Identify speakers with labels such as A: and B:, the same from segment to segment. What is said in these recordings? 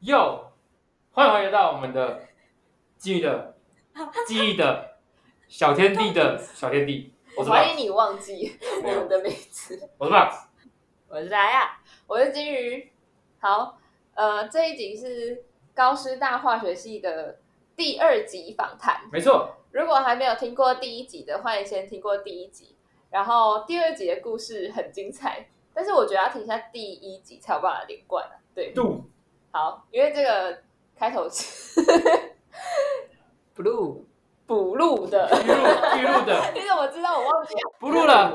A: 哟，欢迎回到我们的记忆 的记忆的小天地的小天地，我
B: 我
A: 是
B: 怀
A: Box，
B: 疑你忘记我们的名字。
A: 我是 Box，
B: 我是达亚，我是金鱼。好，呃，这一集是高师大化学系的第二集访谈。
A: 没错，
B: 如果还没有听过第一集的，欢迎先听过第一集。然后第二集的故事很精彩，但是我觉得要听一下第一集才有办法连贯、啊。对，
A: 度
B: 好，因为这个开头是 blue 补录的，
A: 预录预录的
B: 你怎么知道我忘记
A: 不录了，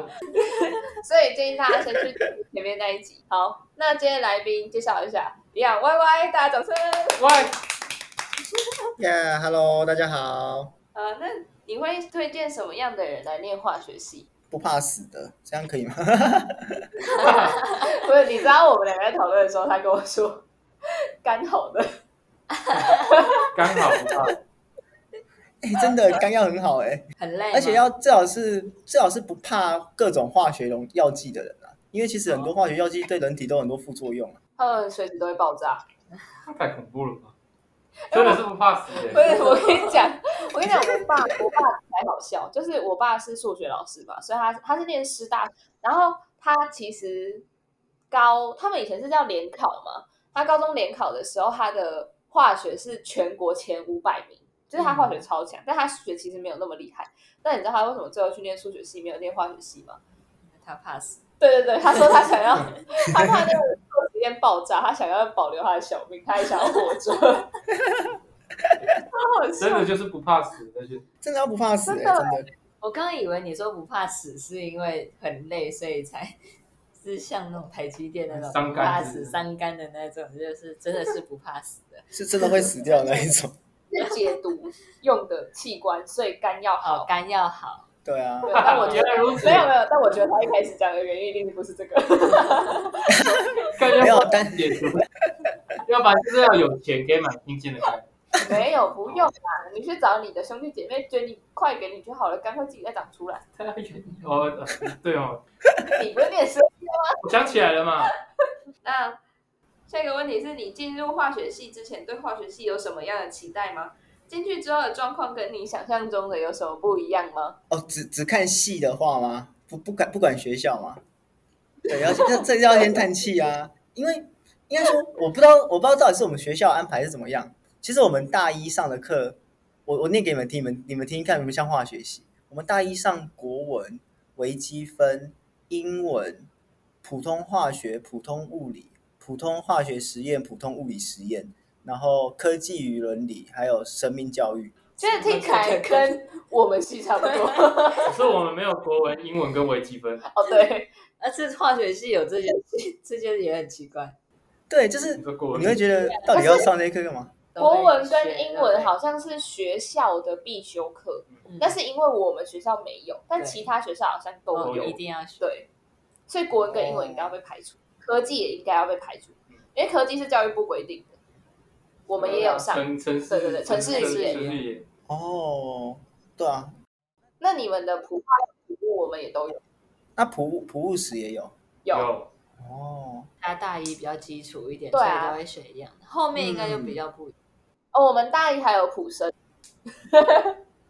B: 所以建议大家先去听前面那一集。 好，那今天来宾介绍一下，一样 Y Y，大家掌声。
A: 喂，
C: Yeah，Hello，大家好，
B: 呃，那你会推荐什么样的人来念化学系？
C: 不怕死的，这样可以吗？
B: 不是，你知道我们两个在讨论的时候，他跟我说 干好的，
A: 刚好不怕，
C: 哎、真的肝要很好哎、
B: 很累
C: 而且要最好是最好是不怕各种化学溶药剂的人啊，因为其实很多化学药剂对人体都有很多副作用啊。
B: 他们随时都会爆炸。
A: 太恐怖了吧，真的是不怕死
B: 不
A: 的，欸
B: 是，哎我跟你讲，我跟你讲，我爸我爸才好笑，就是我爸是数学老师嘛，所以他他是念师大，然后他其实高他们以前是叫联考嘛，他高中联考的时候，他的化学是全国前五百名，就是他化学超强，但他数学其实没有那么厉害。那你知道他为什么最后去念数学系，没有念化学系吗？
D: 他怕死，
B: 对对对，他说他想要，他怕那个做实验爆炸，他想要保留他的小命，他也想要活着。 他好笑
A: 真，的就是不怕死，那就
C: 真的要不怕死、欸，
B: 真
C: 真
B: 的
C: 的。
D: 我刚刚以为你说不怕死是因为很累，所以才 是像那种台积电那种
A: 伤
D: 不
A: 肝
D: 怕
A: 是不是
D: 死、伤肝的那种，就是真的是不怕死的。
C: 是真的会死掉的那一种。
B: 是解毒用的器官，所以肝要
D: 好
B: 好。
D: 肝要好，
C: 对啊，
B: 对但我觉
A: 原
B: 得
A: 来如此
B: 没，有没有，但我觉得他一开始讲的原因一定不是这个。
A: 感觉
C: 没有啊但
A: 解毒，要不然就是要有钱给买新鲜的肝，
B: 没有，不用啦，你去找你的兄弟姐妹捐你，快给你就好了，肝会自己再长出来。
A: 哦，对哦，
B: 你不是念师？
A: 我想起来了嘛，
B: 那下一个问题是你进入化学系之前对化学系有什么样的期待吗？进去之后的状况跟你想象中的有什么不一样吗？
C: 哦，只只看戏的话吗？不不管不管学校吗？对，要 这这要先叹气啊，因为应该说我不知道我不知道到底是我们学校安排是怎么样。其实我们大一上的课，我我念给你们听，你们你们听听看，有没有像化学系？我们大一上国文、微积分、英文、普通化学、普通物理、普通化学实验、普通物理实验，然后科技与伦理，还有生命教育。
B: 其实听起来跟我们系 差不多。
A: 只是我们没有国文、英文跟微积分，
B: 哦，对，
D: 而是化学系有这件事，这件事也很奇怪。
C: 对，就是
A: 你说国文
C: 你会觉得到底要上这些课干嘛？
B: 国文
D: 啊
B: 跟英文
D: 好，
B: 好像是学校的必修课，
D: 嗯
B: 但是因为我们学校没有，但
D: 对
B: 其他学校好像都
A: 都
B: 有
A: 有
D: 一，定要学。
B: 对，所以国文跟英文应该要被排除，科技也应该要被排除，因为科技是教育部规定的，我们也有上。
A: 城城市，
B: 嗯对对对城市
A: 城
D: 语言
A: 城市语言
C: 哦，对啊，
B: 那你们的普化普物我们也都有，
C: 那普物普务史也有
B: 有
C: 哦。
D: 他大一比较基础一点，
B: 对
D: 所
B: 啊嗯
D: 以都会学一样的，后面应该就比较不一样。
B: 哦，我们大一还有普生，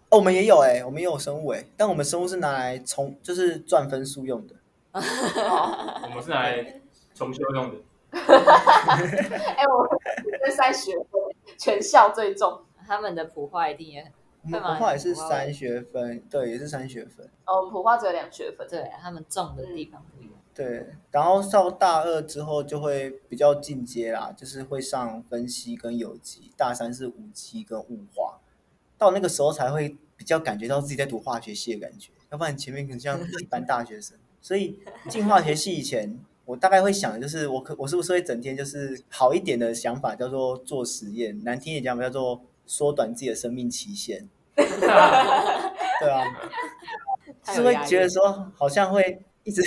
C: 哦，我们也有哎、我们也有生物哎、但我们生物是拿来重，就是赚分数用的。
A: 我们是拿来重修用 的，
B: 哎，我们这三学分全校最重。
D: 他们的普化一定也很
C: 我们
D: 干嘛
C: 文化也是
D: 你们
C: 三学分，对，也是三学分。
B: 哦，我们普化只有两学分，
D: 对，他们重的地方不一样。
C: 对，然后上大二之后就会比较进阶啦，就是会上分析跟有机，大三是无机跟物化，到那个时候才会比较感觉到自己在读化学系的感觉，要不然前面很像一般大学生。所以进化学系以前，我大概会想的就是我可我是不是会整天就是好一点的想法叫做做实验，难听一点讲法叫做缩短自己的生命期限， 对啊。
D: 太
C: 是
D: 有
C: 会
D: 压力
C: 觉得说好像会一直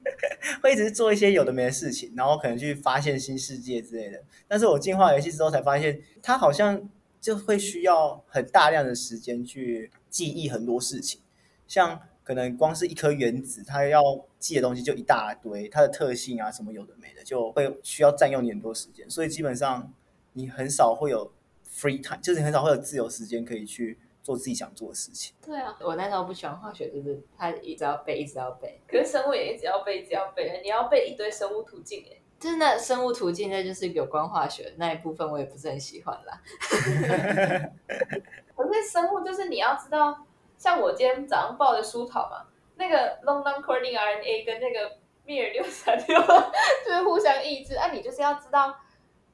C: 会一直做一些有的没的事情，然后可能去发现新世界之类的。但是我进化游戏之后才发现，它好像就会需要很大量的时间去记忆很多事情，像可能光是一颗原子，它要记的东西就一大堆，它的特性啊什么有的没的，就会需要占用你很多时间。所以基本上。你很少会有 free time，就是你很少会有自由时间可以去做自己想做的事情。
B: 对啊，
D: 我那时候不喜欢化学，就是它一直要背，一直要背，
B: 可是生物也一直要背，一直要背，你要背一堆生物途径哎、
D: 就是那生物途径，那就是有关化学那一部分，我也不是很喜欢啦。
B: 可是生物就是你要知道，像我今天早上报的书考嘛，那个 long non coding RNA 跟那个密尔六三六 就是互相抑制，啊，你就是要知道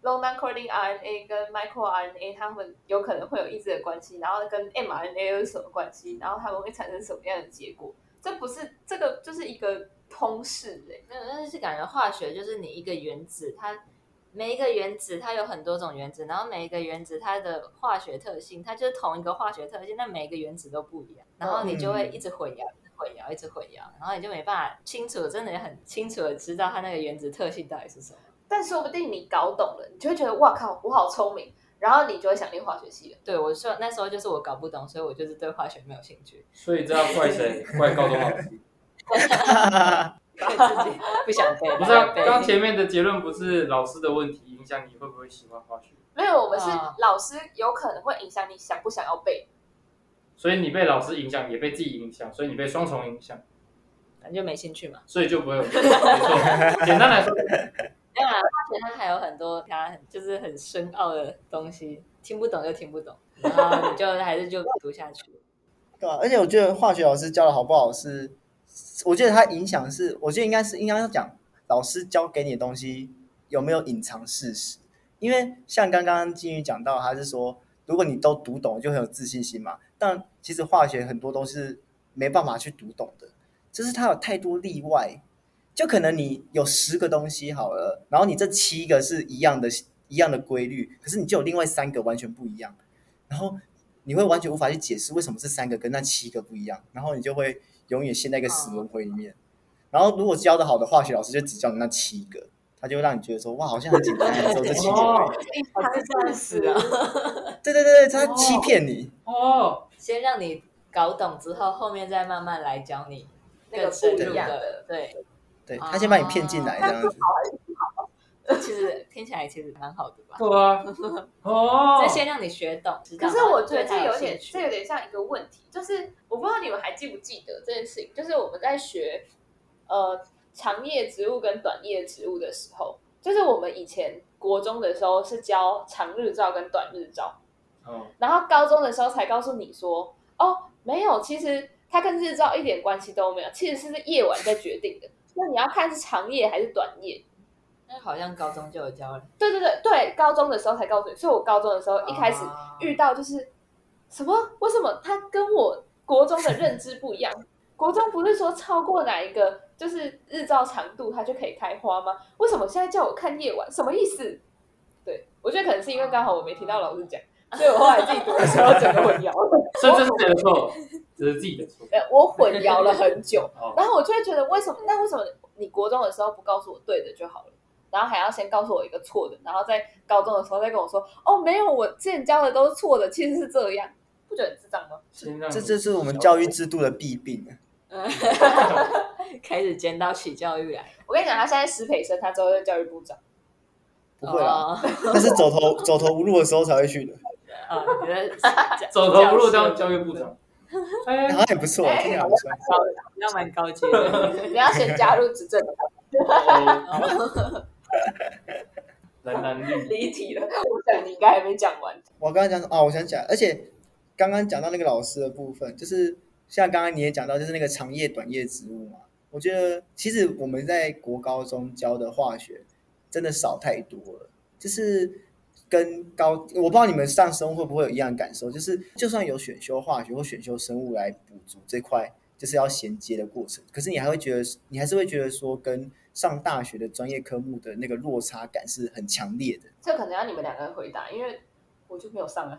B: long non coding RNA 跟 microRNA 它们有可能会有抑制的关系，然后跟 mRNA 又是什么关系，然后它们会产生什么样的结果？这不是这个就是一个通式哎、
D: 没有，但是感觉化学就是你一个原子，它每一个原子它有很多种原子，然后每一个原子它的化学特性，它就是同一个化学特性，但每一个原子都不一样，然后你就
A: 嗯
D: 会一直混淆，一直混淆，一直混淆，然后你就没办法清楚，真的很清楚的知道它那个原子特性到底是什么。
B: 但说不定你搞懂了，你就会觉得哇靠，我好聪明，然后你就会想念化学系了。
D: 对我说那时候就是我搞不懂，所以我就是对化学没有兴 趣，
A: 所以这要怪谁？怪高中老师。
D: 所以自己不想背。
A: 不是啊，
D: 然后背
A: 刚前面的结论不是老师的问题影响你会不会喜欢化学，
B: 没有，我们是
D: 嗯
B: 老师有可能会影响你想不想要背。
A: 所以你被老师影响，也被自己影响，所以你被双重影响，
D: 反正就没兴趣嘛。
A: 所以就不会有。没 错，简单来说，
D: 对啊，化学它还有很多其他很就是很深奥的东西，听不懂就听不懂，然后你就还是就读下 去。
C: 对啊，而且我觉得化学老师教的好不好是，我觉得他影响是，我觉得应该是应该要讲老师教给你的东西有没有隐藏事实，因为像刚刚金鱼讲到，他是说如果你都读懂，就很有自信心嘛。但其实化学很多都是没办法去读懂的，就是它有太多例外，就可能你有十个东西好了，然后你这七个是一样的一样的规律，可是你就有另外三个完全不一样，然后你会完全无法去解释为什么这三个跟那七个不一样，然后你就会永远陷在一个死轮回里面。然后如果教的好的化学老师就只教你那七个，他就会让你觉得说哇好像很简单，只有这七个
A: 哦。
D: 哦，是这样子啊！
C: 对对对对，他欺骗你。
A: 哦，
D: 先让你搞懂之后，后面再慢慢来教你
B: 那个
D: 更
B: 不
D: 深
B: 一
D: 入
B: 样
D: 的。
B: 的，
D: 对，
C: 对他先把你骗进来这样子，
D: 其实听起来其实蛮好的吧？
A: 对啊，哦
D: 再，先让你学懂。知道
B: 可是我觉得
D: 然后对
B: 这
D: 它
B: 有
D: 有
B: 点，
D: 兴趣
B: 这有点像一个问题，就是我不知道你们还记不记得这件事情，就是我们在学呃长叶植物跟短叶植物的时候，就是我们以前国中的时候是教长日照跟短日照，
A: 哦，
B: 然后高中的时候才告诉你说，哦，没有，其实它跟日照一点关系都没有，其实是夜晚在决定的。那你要看是长夜还是短夜。
D: 那好像高中就有教了。
B: 对对对对，高中的时候才告诉你，所以我高中的时候 一开始
D: 啊
B: 遇到就是、什么？为什么他跟我国中的认知不一样？国中不是说超过哪一个就是日照长度它就可以开花吗？为什么现在叫我看夜晚？什么意思？对我觉得可能是因为刚好我没听到老师讲，所以我后来自己读的时候整个混淆了，
A: 所以这是谁的错？这是自己的错。
B: 呃我混淆了很久。
A: 哦，
B: 然后我就会觉得为什么？那为什么你国中的时候不告诉我对的就好了，然后还要先告诉我一个错的，然后在高中的时候再跟我说哦，没有，我之前教的都是错的，其实是这样，不觉得很智障吗？
A: 先让
C: 这这是我们教育制度的弊病。啊
D: 开始尖刀起教育来，
B: 我跟你讲，他现在史培生，他之后是教育部长，
C: 不会
A: 啊
C: 啦，
D: 哦。
C: 那是走投走投无路的时候才会去的，
D: 哦 你的
A: 走投无路当教育部，长。哎
C: 好，像也不错，啊听起来不错。
D: 那蛮高阶的。
B: 你要先加入执政，
A: 哦男男绿
B: 离题了。我 想你应该还没讲完，
C: 我刚刚讲什么啊，我想起来，而且刚刚讲到那个老师的部分，就是像刚刚你也讲到，就是那个长叶、短叶植物嘛。我觉得其实我们在国高中教的化学真的少太多了，就是跟高我不知道你们上生物会不会有一样的感受，就是就算有选修化学或选修生物来补足这块，就是要衔接的过程，可是你还会觉得你还是会觉得说跟上大学的专业科目的那个落差感是很强烈的。
B: 这可能要你们两个人回答，因为我就没有上啊。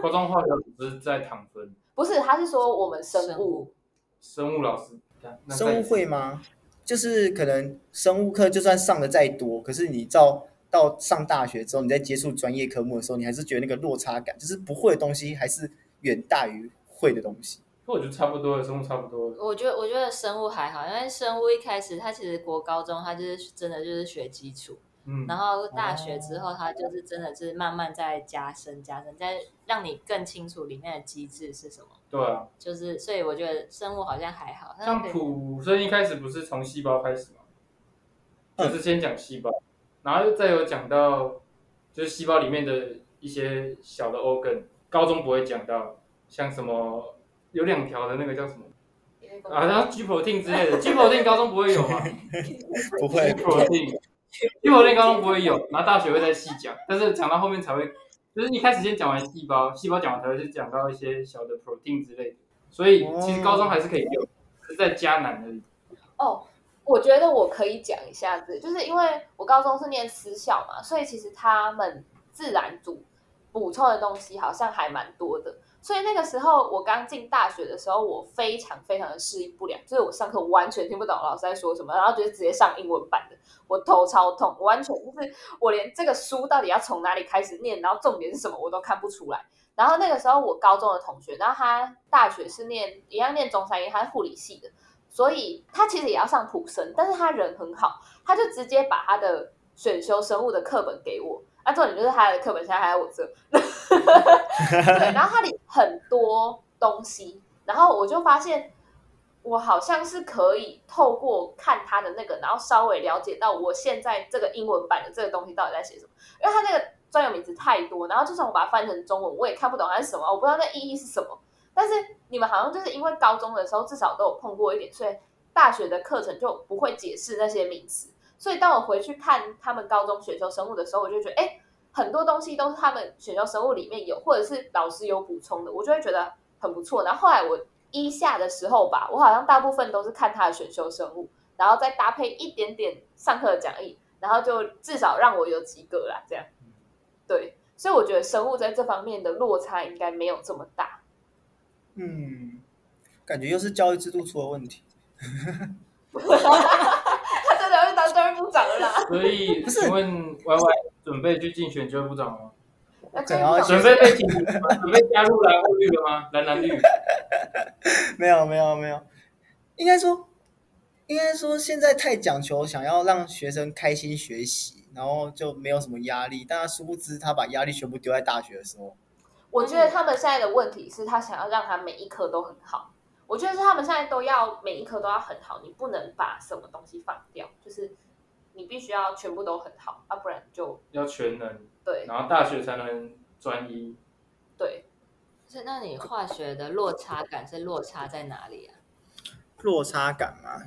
A: 高中化学老师在躺分，
B: 不是，他是说我们生
D: 生
B: 物
D: 物，
A: 生物老师看那在
C: 生物会吗？就是可能生物课就算上的再多，可是你到到上大学之后，你在接触专业科目的时候，你还是觉得那个落差感，就是不会的东西还是远大于会的东西。
A: 我觉得差不多了，生物差不多了。
D: 我觉得我觉得生物还好，因为生物一开始它其实国高中它就是真的就是学基础，
A: 嗯，
D: 然后大学之后，它就是真的是慢慢在加深、加深，再让你更清楚里面的机制是什么。
A: 对啊，
D: 就是，所以我觉得生物好像还好，但
A: 像
D: 是可以
A: 普生一开始不是从细胞开始嘛，就
C: 嗯
A: 是先讲细胞，然后再有讲到就是细胞里面的一些小的 organ，高中不会讲到，像什么有两条的那个叫什么
B: 哦
A: 啊，然后 G protein 之类的，G protein 高中不会有嘛？G
C: 不会，
A: protein，G protein 高中不会有，然后大学会再细讲，但是讲到后面才会，就是一开始先讲完细胞，细胞讲完才会去讲到一些小的 protein 之类的，所以其实高中还是可以用，只是在加难而已。
B: 哦，我觉得我可以讲一下子，就是因为我高中是念私校嘛，所以其实他们自然组补充的东西好像还蛮多的。所以那个时候我刚进大学的时候，我非常非常的适应不良，就是我上课完全听不懂老师在说什么，然后就是直接上英文版的，我头超痛，完全就是我连这个书到底要从哪里开始念，然后重点是什么我都看不出来。然后那个时候我高中的同学，然后他大学是念一样念中山医，他是护理系的，所以他其实也要上普生，但是他人很好，他就直接把他的选修生物的课本给我。啊，重点就是他的课本现在还在我这，对，然后它里很多东西，然后我就发现我好像是可以透过看他的那个，然后稍微了解到我现在这个英文版的这个东西到底在写什么，因为他那个专有名词太多，然后就算我把它翻成中文，我也看不懂它是什么，我不知道那意义是什么。但是你们好像就是因为高中的时候至少都有碰过一点，所以大学的课程就不会解释那些名词。所以当我回去看他们高中选修生物的时候，我就觉得，哎，很多东西都是他们选修生物里面有，或者是老师有补充的，我就会觉得很不错。然后后来我一下的时候吧，我好像大部分都是看他的选修生物，然后再搭配一点点上课的讲义，然后就至少让我有及格啦，这样。对，所以我觉得生物在这方面的落差应该没有这么大。
C: 嗯，感觉又是教育制度出了问题。
B: 他真的会当教育部长 了啦。
A: 所 以，请问 Y Y 准备去竞选教育部长吗？
B: 那
C: 可能要
A: 准备被请吗，准备加入蓝绿了吗？蓝蓝绿，
C: 没有没有没有，嗯应该说，应该说现在太讲求想要让学生开心学习，然后就没有什么压力。但他殊不知，他把压力全部丢在大学的时候。
B: 我觉得他们现在的问题是他想要让他每一科都很好。我觉得是他们现在都要每一科都要很好，你不能把什么东西放掉，就是你必须要全部都很好，啊要、不然就
A: 要全能，
B: 对
A: 然后大学才能专一。
B: 对。
D: 是那你化学的落差感是落差在哪里啊？
C: 落差感嘛，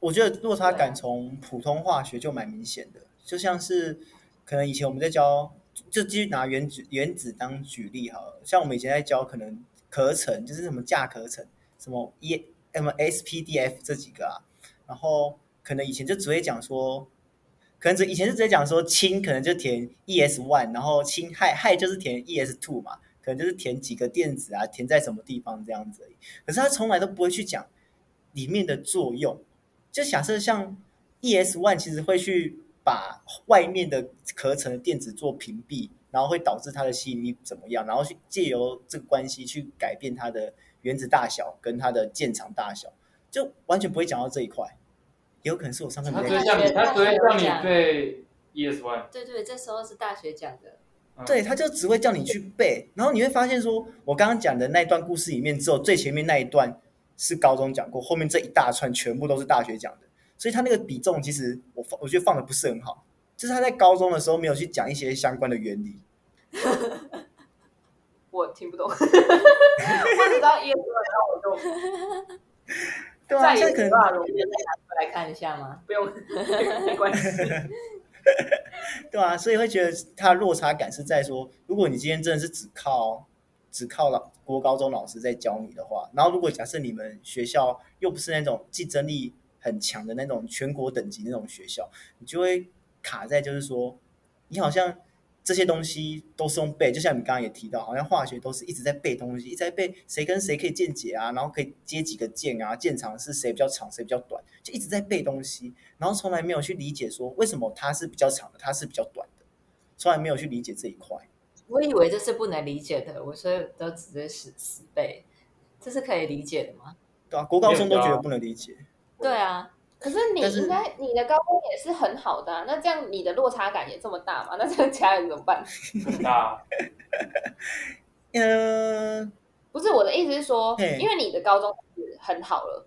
C: 我觉得落差
D: 对啊
C: 感从普通化学就蛮明显的，就像是可能以前我们在教，就继续拿原子原子当举例好了，像我们以前在教可能壳层，就是什么价壳层，什么 E 什么 SPDF 这几个啊，然后可能以前就只会讲说。可能只以前就直接讲说氢可能就填 ES one，然后氢氦氦就是填 ES two 嘛，可能就是填几个电子啊，填在什么地方这样子而已。可是他从来都不会去讲里面的作用。就假设像 ES One 其实会去把外面的壳层的电子做屏蔽，然后会导致它的吸引力怎么样，然后去借由这个关系去改变它的原子大小跟它的键场大小，就完全不会讲到这一块。也有可能是我上课
A: 他
C: 没
A: 只
C: 在
A: 会
D: 对
A: 让你，他只会让你
D: 大学
A: 对 ES One，嗯
D: 对对，这时候是大学讲的，
C: 对，他就只会叫你去背，然后你会发现说，我刚刚讲的那一段故事里面，只有最前面那一段是高中讲过，后面这一大串全部都是大学讲的，所以他那个比重其实我放我觉得放的不是很好，就是他在高中的时候没有去讲一些相关的原理。
B: 我听不懂，我只知道 ES 然后我就
C: 对啊，
B: 再
C: 现
B: 也没
C: 在可能
B: 办法融入，
D: 来看一下吗？
B: 不用没关系。
C: 对啊，所以会觉得他的落差感是在说，如果你今天真的是只靠只靠老国高中老师在教你的话，然后如果假设你们学校又不是那种竞争力很强的那种全国等级那种学校，你就会卡在就是说，你好像这些东西都是用背，就像你刚刚也提到，好像化学都是一直在背东西，一直在背谁跟谁可以键解啊，然后可以接几个键啊，键长是谁比较长，谁比较短，就一直在背东西，然后从来没有去理解说为什么它是比较长的，它是比较短的，从来没有去理解这一块。
D: 我以为这是不能理解的，我所以都只是死死背，这是可以理解的吗？
C: 对啊，国高中都觉得不能理解，
D: 对啊，
B: 可是你
C: 但是
B: 应该你的高中也是很好的、啊，那这样你的落差感也这么大嘛？那这样其他人怎么办？
A: 很大，
C: 嗯，
B: 不是我的意思是说
C: 嘿，
B: 因为你的高中很好了，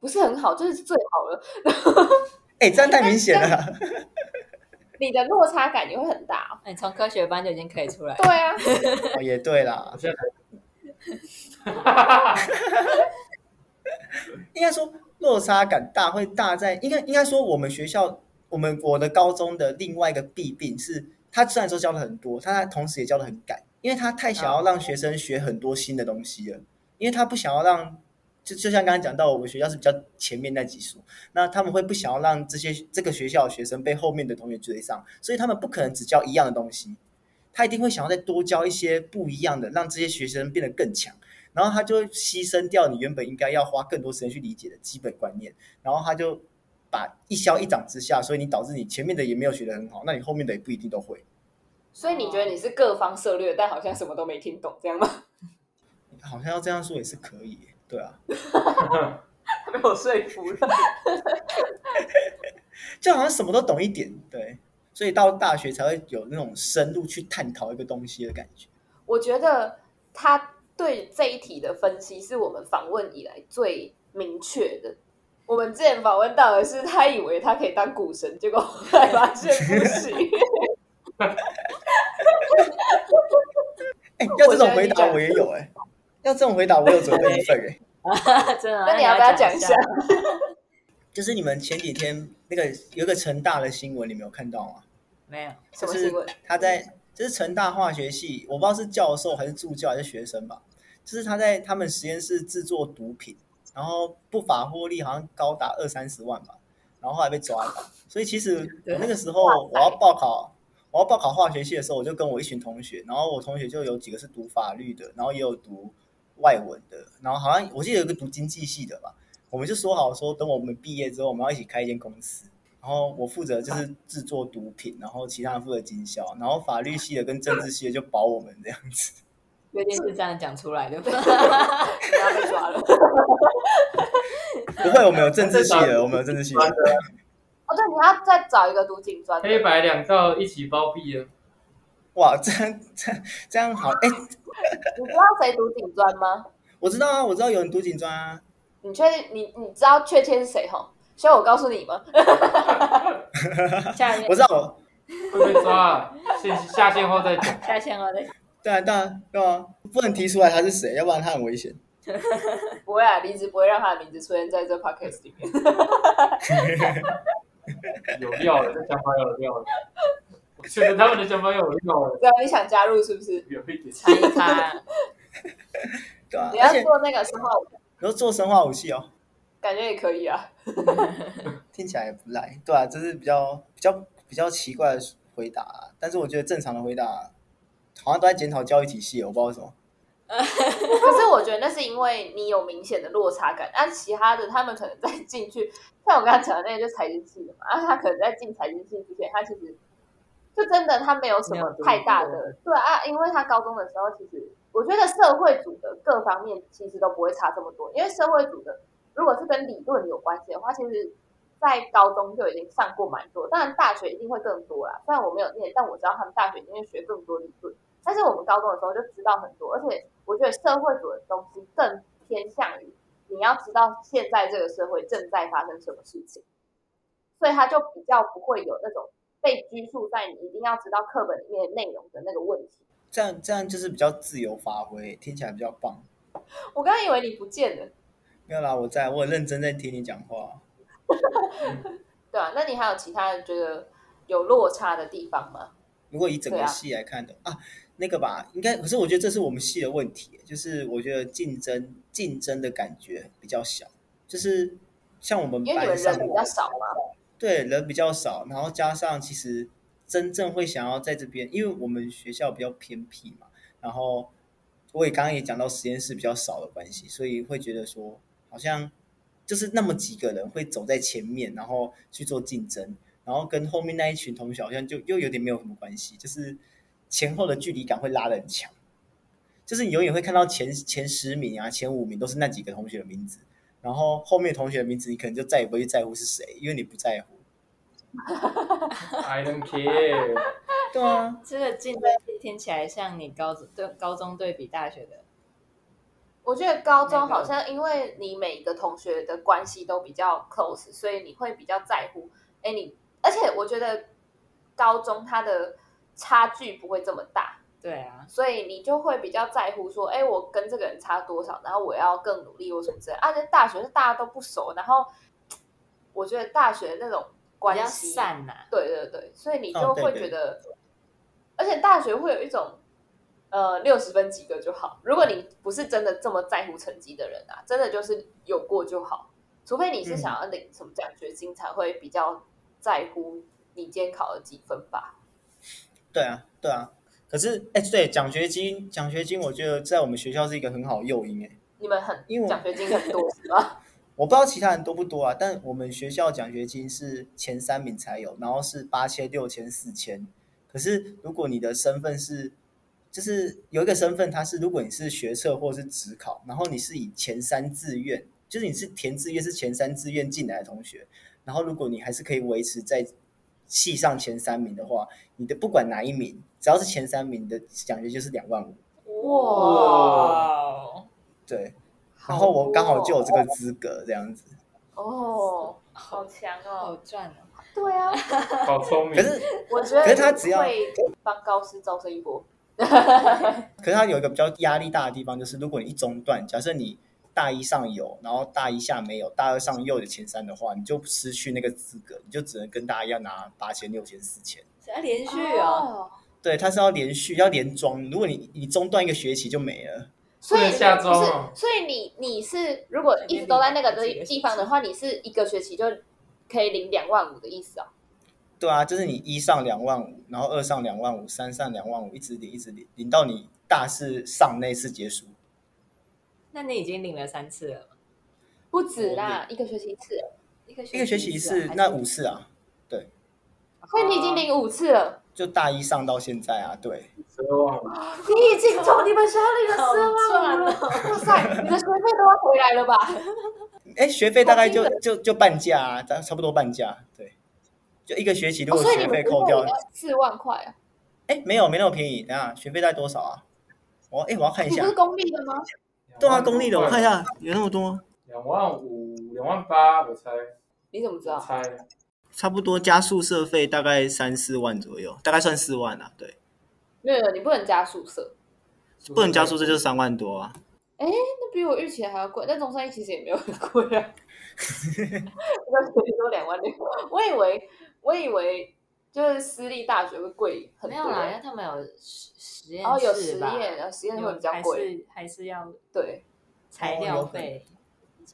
B: 不是很好，就是最好了，
C: 哎，这样太明显了。
B: 你的落差感也会很大。
D: 你从科学班就已经可以出来了，
B: 对啊，
C: 哦，也对啦
A: 我，现在
C: 应该说落差感大会大在，应该应该说我们学校，我们我的高中的另外一个弊病是，他虽然说教了很多，他同时也教的很赶，因为他太想要让学生学很多新的东西了，因为他不想要让。就就像刚刚讲到，我们学校是比较前面那几所，那他们会不想要让这些这个学校的学生被后面的同学追上，所以他们不可能只教一样的东西，他一定会想要再多教一些不一样的，让这些学生变得更强。然后他就会牺牲掉你原本应该要花更多时间去理解的基本观念，然后他就把一消一长之下，所以你导致你前面的也没有学得很好，那你后面的也不一定都会。
B: 所以你觉得你是各方涉略，但好像什么都没听懂，这样吗？
C: 好像要这样说也是可以耶，对啊，
B: 被我说服 了。
C: 就好像什么都懂一点，对，所以到大学才会有那种深入去探讨一个东西的感觉。
B: 我觉得他对这一题的分析是我们访问以来最明确的。我们之前访问到的是，他以为他可以当股神，结果后来发现不行。
C: 哎，要这
B: 我觉
C: 种
B: 得
C: 回
B: 你
C: 答
B: 讲
C: 我也有哎、要这种回答我有准备一份哎、
D: 真的。
B: 那你要不要讲一下？
C: 就是你们前几天那个有一个成大的新闻，你没有看到吗？
D: 没有，
B: 什么新闻？
C: 他在就是成大化学系，我不知道是教授还是助教还是学生吧，就是他在他们实验室制作毒品，然后不法获利好像高达二三十万吧，然后后来被抓到。所以其实我那个时候我要报考，我要报考化学系的时候，我就跟我一群同学，然后我同学就有几个是读法律的，然后也有读外文的，然后好像我记得有一个读经济系的吧，我们就说好说，等我们毕业之后，我们要一起开一间公司。然后我负责就是制作毒品，然后其他人负责经销，然后法律系的跟政治系的就保我们这样子。
D: 有点是这样讲出来的。
B: 你要被抓了。
C: 不会，我们有政治系的，我们有政治系的。
B: 哦，对，你要再找一个读警专的。
A: 黑白两道一起包庇啊了，
C: 哇，这样这样这样好哎、
B: 你知道谁读警专吗？
C: 我知道啊，我知道有人读警专啊，
B: 你确定？你你知道确切是谁吼？需要我告诉你吗？
D: 下面
C: 我知道我，
A: 会被抓啊，线下线后再讲。
D: 下线了，对
C: 对啊对啊对啊，不能提出来他是谁，要不然他很危险。
B: 不会啊，离职不会让他的名字出现在这 podcast 里面。
A: 有料了，这想法有料了。我觉得他们的想法有料了，
B: 只要啊你想加入，是不是？
A: 有一点。
D: 擦一擦。
C: 对啊
B: 你，要
C: 而且
B: 做那个生化武器，
C: 你说做生化武器哦，
B: 感觉也可以啊。
C: 听起来也不赖。对啊，这是比较比较比较奇怪的回答啊、但是我觉得正常的回答好像都在检讨教育体系，我不知道为什么。
B: 可是我觉得那是因为你有明显的落差感，但其他的他们可能在进去，像我刚才讲的那个就财经系的嘛，啊，他可能在进财经系之前，他其实就真的他没有什么太大
D: 没有
B: 的对啊，因为他高中的时候其实我觉得社会组的各方面其实都不会差这么多，因为社会组的如果是跟理论有关系的话，其实。在高中就已经上过蛮多，当然大学一定会更多啦。虽然我没有念，但我知道他们大学一定会学更多理论。但是我们高中的时候就知道很多，而且我觉得社会组的东西更偏向于你要知道现在这个社会正在发生什么事情，所以它就比较不会有那种被拘束在你一定要知道课本里面的内容的那个问题。
C: 这样这样就是比较自由发挥，听起来比较棒。
B: 我刚刚以为你不见了，
C: 没有啦，我在，我很认真在听你讲话。
B: 对啊，那你还有其他人觉得有落差的地方吗？
C: 如果以整
B: 对
C: 个
B: 啊
C: 系来看的啊那个吧，应该可是我觉得这是我们系的问题，就是我觉得竞争竞争的感觉比较小，就是像我们
B: 因为你
C: 班
B: 们
C: 上
B: 人比较少嘛，
C: 对人比较少，然后加上其实真正会想要在这边，因为我们学校比较偏僻嘛，然后我也刚刚也讲到实验室比较少的关系，所以会觉得说好像就是那么几个人会走在前面，然后去做竞争，然后跟后面那一群同学好像就又有点没有什么关系，就是前后的距离感会拉得很强，就是你永远会看到前前十名啊、前五名都是那几个同学的名字，然后后面同学的名字你可能就再也不会去在乎是谁，因为你不在乎。
A: I don't care。
C: 对啊，
D: 这个竞争力听起来像你高中对高中对比大学的，
B: 我觉得高中好像因为你每一个同学的关系都比较 close，所以你会比较在乎。哎，你而且我觉得高中它的差距不会这么大，
D: 对啊，
B: 所以你就会比较在乎说，哎，我跟这个人差多少，然后我要更努力，我什么之类的。啊，在大学是大家都不熟，然后我觉得大学那种
D: 比
B: 关
D: 较
B: 系，
D: 散呐、
B: 对对对，所以你
C: 哦
B: 就
C: 对
B: 会
C: 对
B: 觉得，而且大学会有一种，呃，六十分及格就好。如果你不是真的这么在乎成绩的人啊，真的就是有过就好。除非你是
C: 嗯
B: 想要领什么奖学金，才会比较在乎你今天考了几分吧。
C: 对啊，对啊。可是，哎，对，奖学金，奖学金，我觉得在我们学校是一个很好的诱因，哎，
B: 你们很
C: 因为我
B: 奖学金很多是吧？
C: 我不知道其他人多不多啊，但我们学校奖学金是前三名才有，然后是八千、六千、四千。可是如果你的身份是，就是有一个身份，它是如果你是学测或者是职考，然后你是以前三志愿，就是你是填志愿是前三志愿进来的同学，然后如果你还是可以维持在系上前三名的话，你的不管哪一名，只要是前三名的奖学金就是两万五。
B: 哇，
D: 哦，
C: 对，
B: 好
C: 然后我刚好
B: 多
C: 就有这个资格，这样子。
B: 哦，好强
D: 好
B: 哦！
D: 赚哦！
B: 对啊，
A: 好聪明
C: 可。是
B: 我觉得
C: 可是他只要
B: 会帮高师招生一波。
C: 可是它有一个比较压力大的地方，就是如果你一中断，假设你大一上有，然后大一下没有，大二上又有前三的话，你就失去那个资格，你就只能跟大家一样拿八千、六千、四千。
D: 只要连续
B: 啊
D: 哦，，
C: 对，它是要连续，要连装。如果你你中断一个学期就没了。
B: 所以
A: 不能下周
B: 不是
A: 哦，
B: 所以你你是如果一直都在那个地地方的话，你是一个学期就可以领两万五的意思哦。
C: 对啊，就是你一上两万五，然后二上两万五，三上两万五，一直领一直领，领到你大四上那次结束。
D: 那你已经领了三次了，
B: 不止啦，一个学期一次，
D: 一个
C: 一个学期
D: 是
C: 是那五，次啊，
B: 所以你已经领五次了，
C: 就大一上到现在啊，对。
A: 奢望，
B: 你已经从你们学校领了十万五了，
D: 了，
B: 哇塞，你的学费都要回来了吧？
C: 哎，学费大概就
B: 好
C: 就就半价啊，差差不多半价，对，就一个学期如
B: 哦
C: 果
B: 所以你
C: 学
B: 们
C: 费
B: 一
C: 扣
B: 共
C: 掉
B: 也，要四万块啊？
C: 哎、没有没那么便宜，等一下学费大概多少啊？我哎、我要看一
B: 你
C: 下
B: 不，是公立的吗？
C: 对啊，公立的，我看一
A: 下，
C: 下有那么多，
A: 两万五、两万八，我猜，
B: 你怎么知
A: 我
B: 道？
A: 猜，
C: 差不多加宿舍费大概三四万左右，大概算四万啊，对，
B: 没有，你不能加宿舍，
C: 不能加宿舍就是三万多啊，
B: 那比我预期的还要贵。但中山一其实也没有很贵啊， 一个学期都两万六。我以为，我以为就是私立大学会贵很
D: 没
B: 多，
D: 有啦，因为他们有实实验
B: 然哦后有实
D: 室吧
B: 验，然后实验会比较
D: 还
B: 贵。
D: 是还是要
B: 对，
D: 材
C: 哦
D: 料
C: 有可能
D: 费、机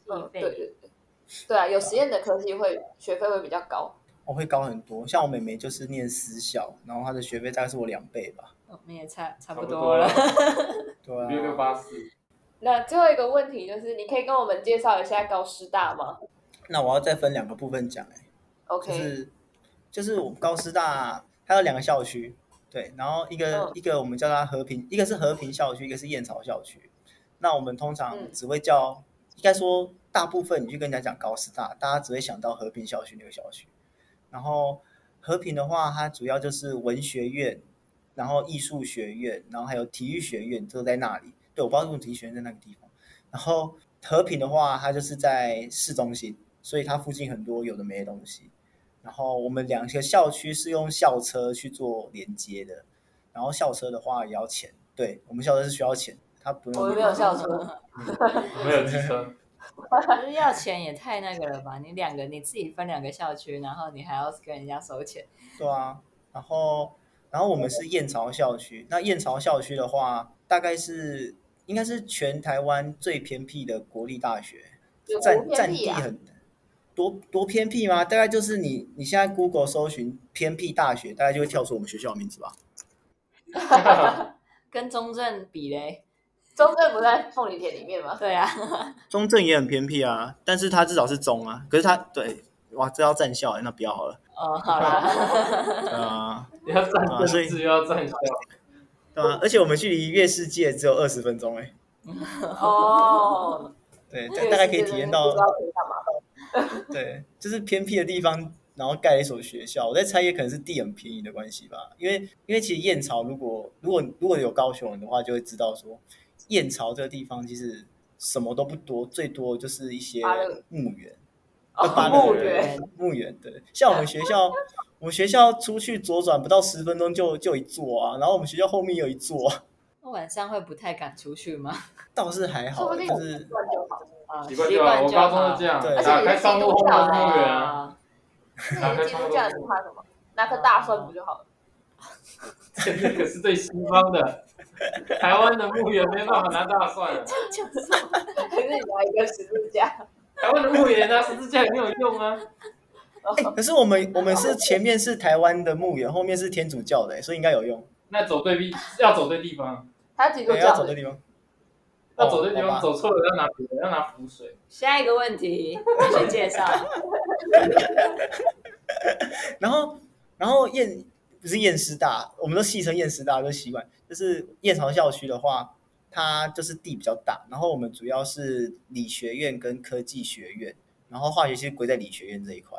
B: 嗯，对对
D: 费，
B: 对，对啊，有实验的科系会学费会比较高。
C: 我、会高很多，像我妹妹就是念私校，然后她的学费大概是我两倍吧，
D: 我们也差
A: 差
D: 差不
A: 不
D: 多
A: 了
D: 了。，
C: 对啊，
A: 六六八 四，
B: 那最后一个问题就是，你可以跟我们介绍一下高师大吗
C: 那我要再分两个部分讲、哎。就
B: ？OK，
C: 是就是我们高师大它有两个校区，对，然后一个、
B: 嗯
C: 一个我们叫它和平，一个是和平校区，一个是燕巢校区。那我们通
B: 嗯
C: 常只会叫，应该说大部分你去跟人家讲高师大，大家只会想到和平校区那个校区。然后和平的话，它主要就是文学院，然后艺术学院，然后还有体育学院都在那里。对，我不知道为什么体育学院在那个地方。然后和平的话，它就是在市中心，所以它附近很多有的没的东西。然后我们两个校区是用校车去做连接的，然后校车的话也要钱，对我们校车是需要钱，它不用。
B: 我们没有校车，
A: 没有机车，
D: 可是要钱也太那个了吧？你两个你自己分两个校区，然后你还要跟人家收钱，
C: 对啊，然后然后我们是燕巢校区，那燕巢校区的话，大概是应该是全台湾最偏僻的国立大学，
B: 有多
C: 占
B: 偏
C: 占
B: 僻
C: 地
B: 啊？
C: 很多多偏僻吗？大概就是你你现在 Google 搜寻偏僻大学，大概就会跳出我们学校的名字吧。
D: 跟中正比嘞？
B: 中正不在凤梨田里面吗？
D: 对啊，
C: 中正也很偏僻啊，但是它至少是中啊，可是它对哇，这要站校、欸，那不要好了，
D: 哦，好啦，
C: 啊、
A: 你 要站
C: 啊所以
A: 政治又要站校，
C: 对啊，而且我们距离月世界只有二十分钟哎、
B: 哦，
C: 欸对，
B: 这
C: 大大概可以体验到
B: 不知，道可以干嘛。
C: 对，就是偏僻的地方，然后盖了一所学校。我在猜，也可能是地很便宜的关系吧。因为因为其实燕巢如果如果如果有高雄人的话，就会知道说，燕巢这个地方其实什么都不多，最多就是一些
B: 芭乐
C: 墓园。
D: 哦
C: 八
A: 个
B: 墓
A: 人
B: 园，
C: 墓园，对，像我们学 校，我们学校出去左转不到十分钟就就一座啊，然后我们学校后面有一座啊，
D: 那晚上会不太敢出去吗？
C: 倒是还
B: 说
C: 好，
B: 不定
C: 就
B: 我
C: 是
B: 习惯就好。
D: 啊，
A: 习惯
D: 习惯
A: 就好。我
D: 就
A: 高中
D: 好
A: 是这。样，
C: 对
A: 打开商务后
B: 而
A: 门
B: 且
A: 公
B: 也
A: 园啊，
D: 啊，
B: 那你是基督教，你怕什么？拿颗大蒜不 就好了？
A: 这个是最西方的。台湾的墓园没办法拿大蒜啊，
B: 还是你拿一个十字架？
A: 台湾的墓园拿十字架也没有用啊。
C: 哎可是我们我们是前面是台湾的墓园，后面是天主教的、欸所以应该有用。
A: 那走对地要走对地方，
B: 他基督
C: 对，要
B: 教
C: 走
B: 的
C: 对地方。
A: 要走对地方，
C: 哦好吧
A: 走错了要拿别的，要拿浮水。
D: 下一个问题，继续介绍。
C: 然后然后燕不是燕师大，我们都戏称燕师大就是习惯，就是燕巢校区的话，它就是地比较大，然后我们主要是理学院跟科技学院，然后化学系归在理学院这一块。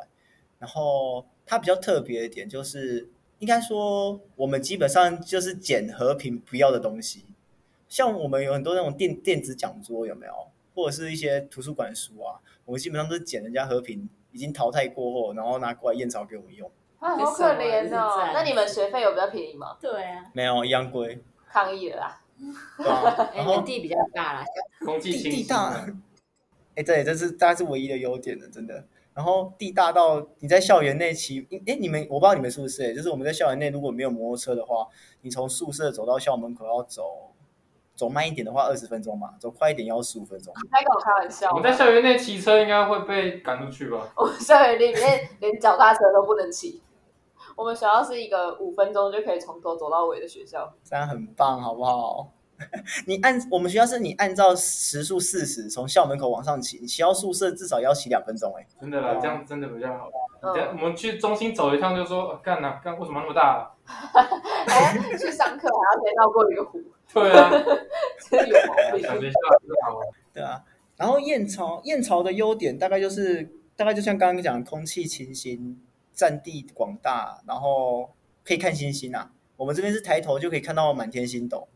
C: 然后它比较特别的点就是，应该说我们基本上就是捡和平不要的东西，像我们有很多那种电电子讲桌有没有，或者是一些图书馆书啊，我们基本上都是捡人家和平已经淘汰过后，然后拿过来验钞给我们用，
B: 啊，好可怜哦。
D: 那
B: 那
D: 你
B: 你
D: 们
B: 们学费有比较便宜吗？
D: 对啊，
C: 没有一样归，
B: 抗议了啦！
C: 对吧、
D: 哎，
C: 然
D: 你
C: 后
D: 们地比较大啦，
A: 空气清
C: 地
A: 新
C: 大
A: 啊，，
C: 哎，对，这是大概是唯一的优点了，真的。然后地大到你在校园内骑，哎，你们我不知道你们是不是，哎，就是我们在校园内如果没有摩托车的话，你从宿舍走到校门口要走，走慢一点的话二十分钟嘛，走快一点要十五分钟。
B: 你在跟我开玩笑
A: 我
B: 吗
A: 们？在校园内骑车应该会被赶出去吧？
B: 我们校园里面连脚踏车都不能骑。我们学校是一个五分钟就可以从头走到尾的学校，
C: 这样很棒，好不好？ 你按我们学校是你按照时速四十从校门口往上骑，你骑到宿舍至少也要骑两分钟哎、
A: 真的啦
C: 哦，
A: 这样真的比较好。你这样
B: 嗯，
A: 我们去中心走一趟，就说啊干呐干，为什么那么大啊？
B: 还要哎去上课还要先绕过一个湖，
A: 对啊，
B: 真是有毛
A: 小
B: 病。
A: 学校就好玩。
C: 对啊。然后燕巢燕巢的优点大概就是大概就像刚刚讲，空气清新，占地广大，然后可以看星星啊。我们这边是抬头就可以看到满天星斗，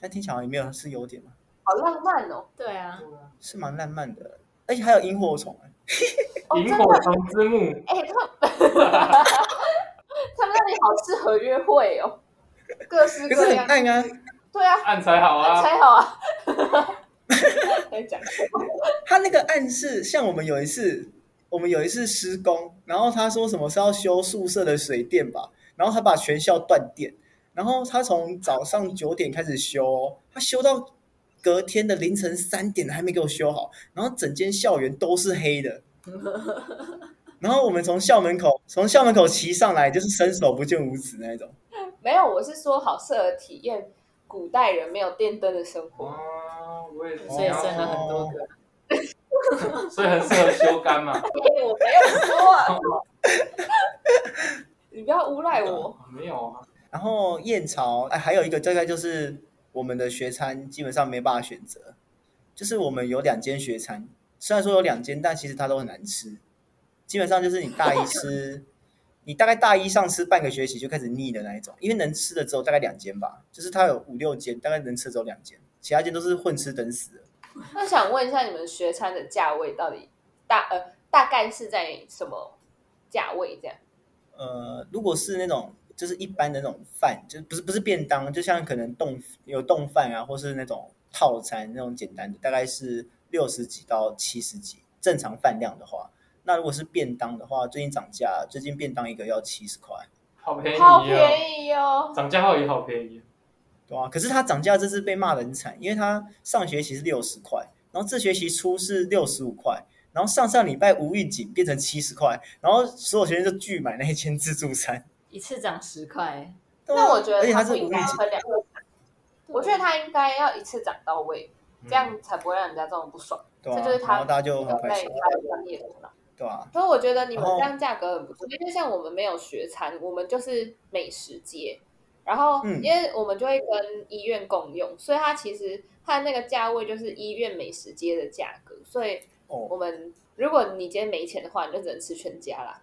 C: 但听起来好像也没有是优点嘛，
B: 好浪漫哦！
D: 对啊，
C: 是蛮浪漫的，而且还有萤火虫、欸。
B: 哦，真
A: 萤
B: 的，
A: 火虫之墓，
B: 哎、他们他们那里好适合约会哦，各式
C: 可是
B: 各
C: 很
B: 样。
C: 暗啊，
B: 对啊，
A: 暗才好啊。
B: 才好啊！在讲
C: 他那个暗示，像我们有一次，我们有一次施工，然后他说什么是要修宿舍的水电吧，然后他把全校断电，然后他从早上九点开始修、哦，他修到隔天的凌晨三点还没给我修好，然后整间校园都是黑的。然后我们从校门口，从校门口骑上来，就是伸手不见五指那一种。
B: 没有，我是说好适合体验古代人没有电灯的生活。
A: 哦，我也是哦
D: 所以生了很多个。
A: 所以很适合修干嘛？
B: 哎我没有说、啊， 你不要诬赖我。
A: 没有啊，
C: 然后燕巢，哎，还有一个大概就是我们的学餐基本上没办法选择，就是我们有两间学餐，虽然说有两间，但其实它都很难吃。基本上就是你大一吃，你大概大一上吃半个学期就开始腻的那一种，因为能吃的只有大概两间吧，就是它有五六间，大概能吃的只有两间，其他间都是混吃等死的。
B: 那想问一下，你们学餐的价位到底大呃大概是在什么价位？这样
C: 呃，如果是那种就是一般的那种饭，就不是不是便当，就像可能冻有冻饭啊，或是那种套餐那种简单的，大概是六十几到七十几，正常饭量的话。那如果是便当的话，最近涨价，最近便当一个要七十块，
A: 好便宜
C: 哦
B: 好
A: 啊，
B: 便宜哦！
A: 涨价后也好便宜。
C: 对啊，可是它涨价这次被骂得很惨，因为它上学期是六十块，然后这学期初是六十五块，然后上上礼拜无预警变成七十块，然后所有学生就拒买那一间自助餐。
D: 一次涨十块，
C: 对啊
B: 那我觉
C: 而
B: 得
C: 且它
B: 它
C: 是
B: 不
C: 无
B: 应
C: 预
B: 该
C: 警。
B: 分两个，我觉得它应该要一次涨到位，
A: 嗯
C: 嗯
B: 这样才不会让人家这么不爽。
C: 对啊，
B: 这就是他
C: 然后大家就
B: 在
C: 很
B: 它
C: 开心，
B: 的专业度啦。
C: 对啊，
B: 所以我觉得你们
C: 然后
B: 这样价格很不错，因为像我们没有学餐，我们就是美食街，然后
C: 嗯
B: 因为我们就会跟医院共用，所以它其实它的那个价位就是医院美食街的价格，所以我
C: 哦
B: 们如果你今天没钱的话，你就只能吃全家啦。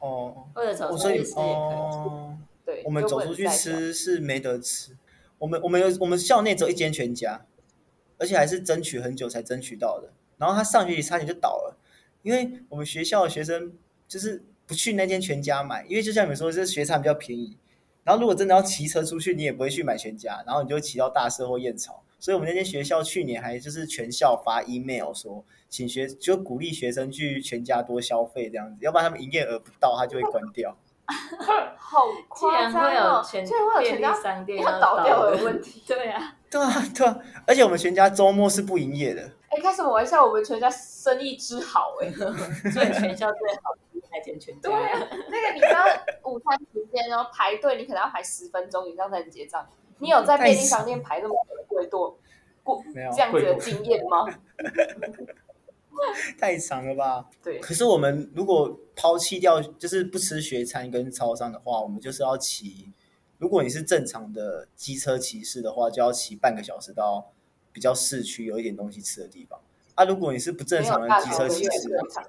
C: 哦，
D: 或者走
B: 呃
C: 我
D: 出
C: 说
D: 去
C: 你
D: 吃也可
C: 哦，
B: 对，
C: 我们
B: 就
C: 走
B: 不
C: 出
B: 能
C: 去
B: 再小
C: 吃是没得吃，我们我们有我们校内只有一间全家，而且还是争取很久才争取到的。然后他上学期差点就倒了，因为我们学校的学生就是不去那间全家买，因为就像你们说，这学餐比较便宜。然后如果真的要骑车出去，你也不会去买全家，然后你就骑到大社或燕巢。所以我们那间学校去年还就是全校发 email 说，请学就鼓励学生去全家多消费这样子，要不然他们营业额不到，他就会关掉。
B: 好
D: 以。既
B: 夸
D: 然
B: 张
D: 会有
B: 哦！
D: 全
B: 竟然会有
D: 便
B: 全
D: 利
B: 家
D: 商店
B: 要
D: 倒
B: 倒掉
D: 的
B: 的问
D: 题， 对啊，
C: 对啊，对啊，而且我们全家周末是不营业的。
B: 哎，开什么玩笑？我们全家生意之好哎、
D: 所以全校最好吃那间全家。
B: 对啊，那个你知道午餐时间然后排队，你可能要排十分钟以上才能结账。你有在便利商店排那么久的队多过
C: 没有
B: 这样子的经验吗？
C: 太长了吧？
B: 对，
C: 可是我们如果抛弃掉，就是不吃学餐跟超商的话，我们就是要骑。如果你是正常的机车骑士的话，就要骑半个小时到比较市区有一点东西吃的地方。啊，如果你是不正
B: 没有
C: 常的
B: 大
C: 机
B: 头
C: 车
B: 的
C: 啊骑
B: 月
C: 士，
B: 正常。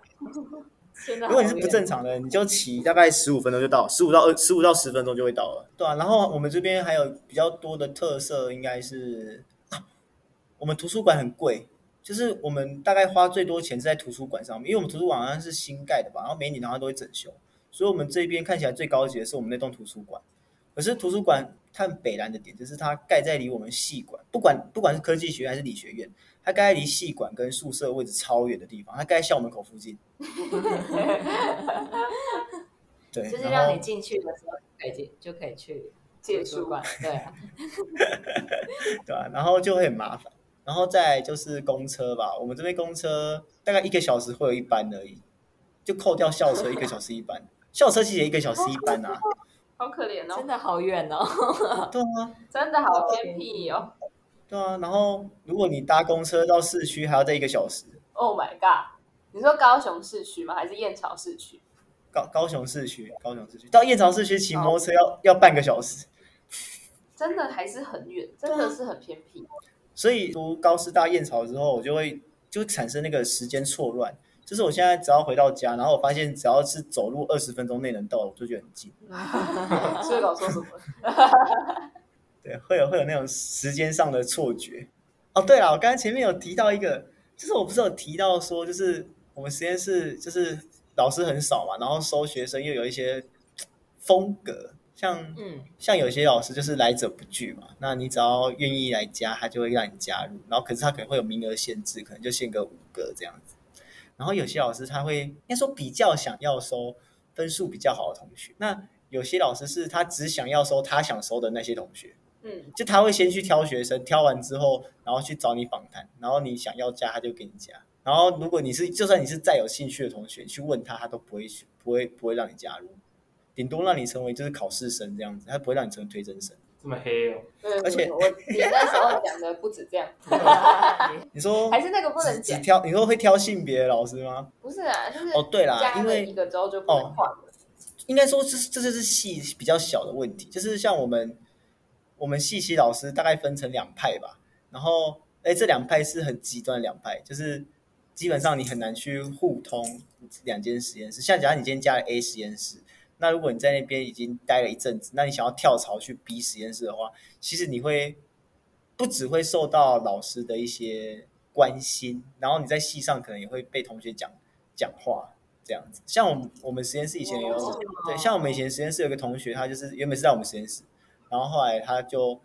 D: 真的
C: 如
D: 好
C: 果你是不
D: 远
C: 正常的，你就骑大概十五分钟就到，十五到二十五到十分钟就会到了。对啊，然后我们这边还有比较多的特色，应该是、啊我们图书馆很贵，就是我们大概花最多钱是在图书馆上面，因为我们图书馆好像是新盖的吧，然后每年好像都会整修，所以我们这边看起来最高级的是我们那栋图书馆。可是图书馆看北兰的点就是它盖在离我们系馆，不管不管是科技学院还是理学院，它盖在离系馆跟宿舍位置超远的地方，它盖在校门口附 近。对，
D: 就是
C: 然
D: 让
C: 后
D: 你进去的时候可以进，就可以去
B: 借
D: 图书
B: 书
D: 馆，对啊，
C: 对啊，然后就会很麻烦。然后再来就是公车吧，我们这边公车大概一个小时会有一班而已，就扣掉校车一个小时一班，校车其实也一个小时一班啊。
B: 好可怜
D: 真
B: 哦，
D: 的好远哦。
C: 对啊，
B: 真的好偏僻哦
C: 对啊。然后如果你搭公车到市区，还要再一个小时。
B: ！Oh my god！你说高雄市区吗？还是燕巢市区？
C: 高高雄市区，高雄市区到燕巢市区骑摩托车要要半个小时，
B: 真的还是很远，真的是很偏僻。
C: 所以读高师大燕巢之后，我就会就产生那个时间错乱。就是我现在只要回到家，然后我发现只要是走路二十分钟内能到，我就觉得很近。
B: 所以老说什么？
C: 对，会有会有那种时间上的错觉。哦，对了，我刚才前面有提到一个，就是我不是有提到说，就是我们实验室就是老师很少嘛，然后收学生又有一些嘖风格，像
D: 嗯，
C: 像有些老师就是来者不拒嘛，那你只要愿意来加，他就会让你加入，然后可是他可能会有名额限制，可能就限个五个这样子。然后有些老师他会应该说比较想要收分数比较好的同学，那有些老师是他只想要收他想收的那些同学。
B: 嗯，
C: 就他会先去挑学生，挑完之后，然后去找你访谈，然后你想要加他就给你加，然后如果你是就算你是再有兴趣的同学，你去问他，他都不会去，不会不会让你加入，顶多让你成为就是考试生这样子，他不会让你成为推甄生。
A: 这么黑哦，
B: 对，
C: 而且
B: 我你那时候讲的不止这样，
D: 啊
C: 你说
B: 还是那个不
C: 只
B: 能
C: 只
B: 讲，
C: 挑你说会挑性别的老师吗？
B: 不是啊，就是
C: 哦，对啦，
B: 加
C: 因
B: 了
C: 为哦
B: 一个之后就不能换了。
C: 应该说这是这就是系比较小的问题，就是像我们我们系系老师大概分成两派吧，然后哎这两派是很极端的两派，就是基本上你很难去互通两间实验室。像假如你今天加了 A 实验室，那如果你在那边已经待了一阵子，那你想要跳槽去 B 实验室的话，其实你会不只会受到老师的一些关心，然后你在系上可能也会被同学讲讲话这样子。像我们我们实验室以前也有。
D: 哦
C: 对，像我们以前实验室有个同学，他就是原本是在我们实验室，然后后来他就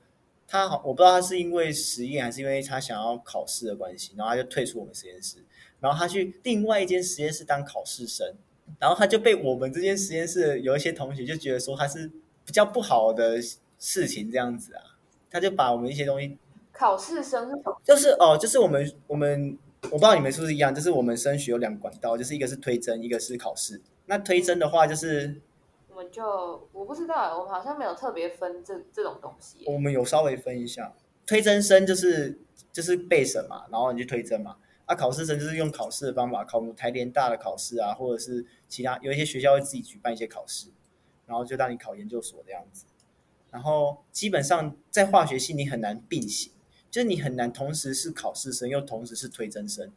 C: 他好，我不知道他是因为实验还是因为他想要考试的关系，然后他就退出我们实验室，然后他去另外一间实验室当考试生，然后他就被我们这间实验室有一些同学就觉得说他是比较不好的事情这样子啊，他就把我们一些东西
B: 考试生是什么？
C: 就是哦，就是我们我们我不知道你们是不是一样，就是我们升学有两个管道，就是一个是推甄，一个是考试。那推甄的话，就是
B: 我们就我不知道，我们好像没有特别分这这种东西耶。
C: 我们有稍微分一下，推甄生就是就是备审嘛，然后你去推甄嘛。啊，考试生就是用考试的方法考台联大的考试啊，或者是其他有一些学校会自己举办一些考试，然后就让你考研究所的样子。然后基本上在化学系你很难并行，就是你很难同时是考试生又同时是推甄生，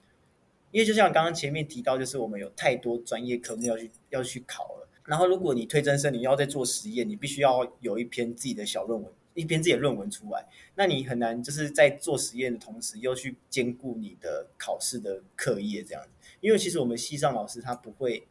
C: 因为就像刚刚前面提到，就是我们有太多专业科目要去要去考了。然后如果你推甄生，你要在做实验，你必须要有一篇自己的小论文，一篇自己的论文出来，那你很难就是在做实验的同时又去兼顾你的考试的课业这样子。因为其实我们系上老师他不会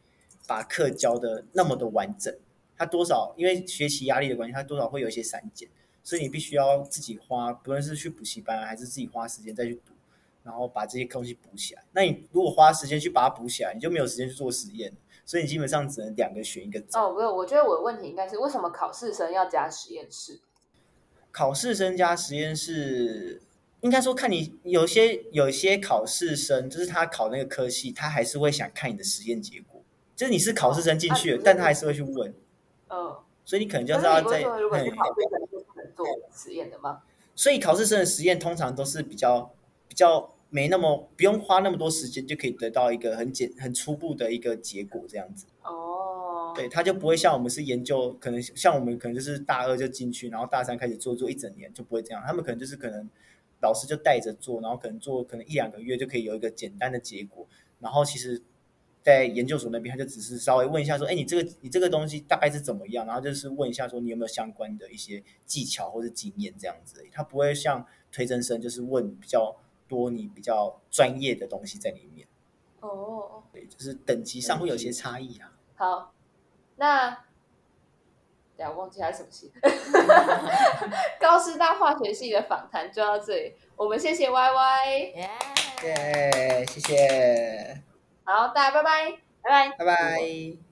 C: 把课教的那么的完整，他多少因为学习压力的关系，他多少会有一些删减，所以你必须要自己花，不论是去补习班啊还是自己花时间再去读，然后把这些东西补起来。那你如果花时间去把它补起来，你就没有时间去做实验，所以你基本上只能两个选一个走。
B: 哦，不是，我觉得我的问题应该是为什么考试生要加实验室？
C: 考试生加实验室，应该说看你有些有些考试生，就是他考那个科系，他还是会想看你的实验结果。就是你是考试生进去了，
B: 啊不是
C: 但他还是会去问，
B: 嗯，
C: 所以你可能就
B: 可
C: 是
B: 是
C: 要
B: 你不是
C: 在。
B: 说如果是
C: 嘿
B: 考试生就不能做实验的吗？
C: 所以考试生的实验通常都是比较比较没那么不用花那么多时间就可以得到一个很简很初步的一个结果这样子。
B: 哦，
C: 对，他就不会像我们是研究，可能像我们可能就是大二就进去，然后大三开始做做一整年就不会这样。他们可能就是可能老师就带着做，然后可能做可能一两个月就可以有一个简单的结果。然后其实，在研究所那边他就只是稍微问一下说，哎，你这个你这个东西大概是怎么样？然后就是问一下说你有没有相关的一些技巧或者经验这样子而已。他不会像推甄生就是问比较多你比较专业的东西在里面，
B: 哦，
C: 对，就是等级上会有些差异啊。
B: 好，那。等一下我忘记他什么系， 高师大化学系的访谈就到这里，我们谢谢 Y Y，
D: 耶，
C: 耶，谢谢，
B: 好，大家拜拜，拜拜。
C: 拜拜。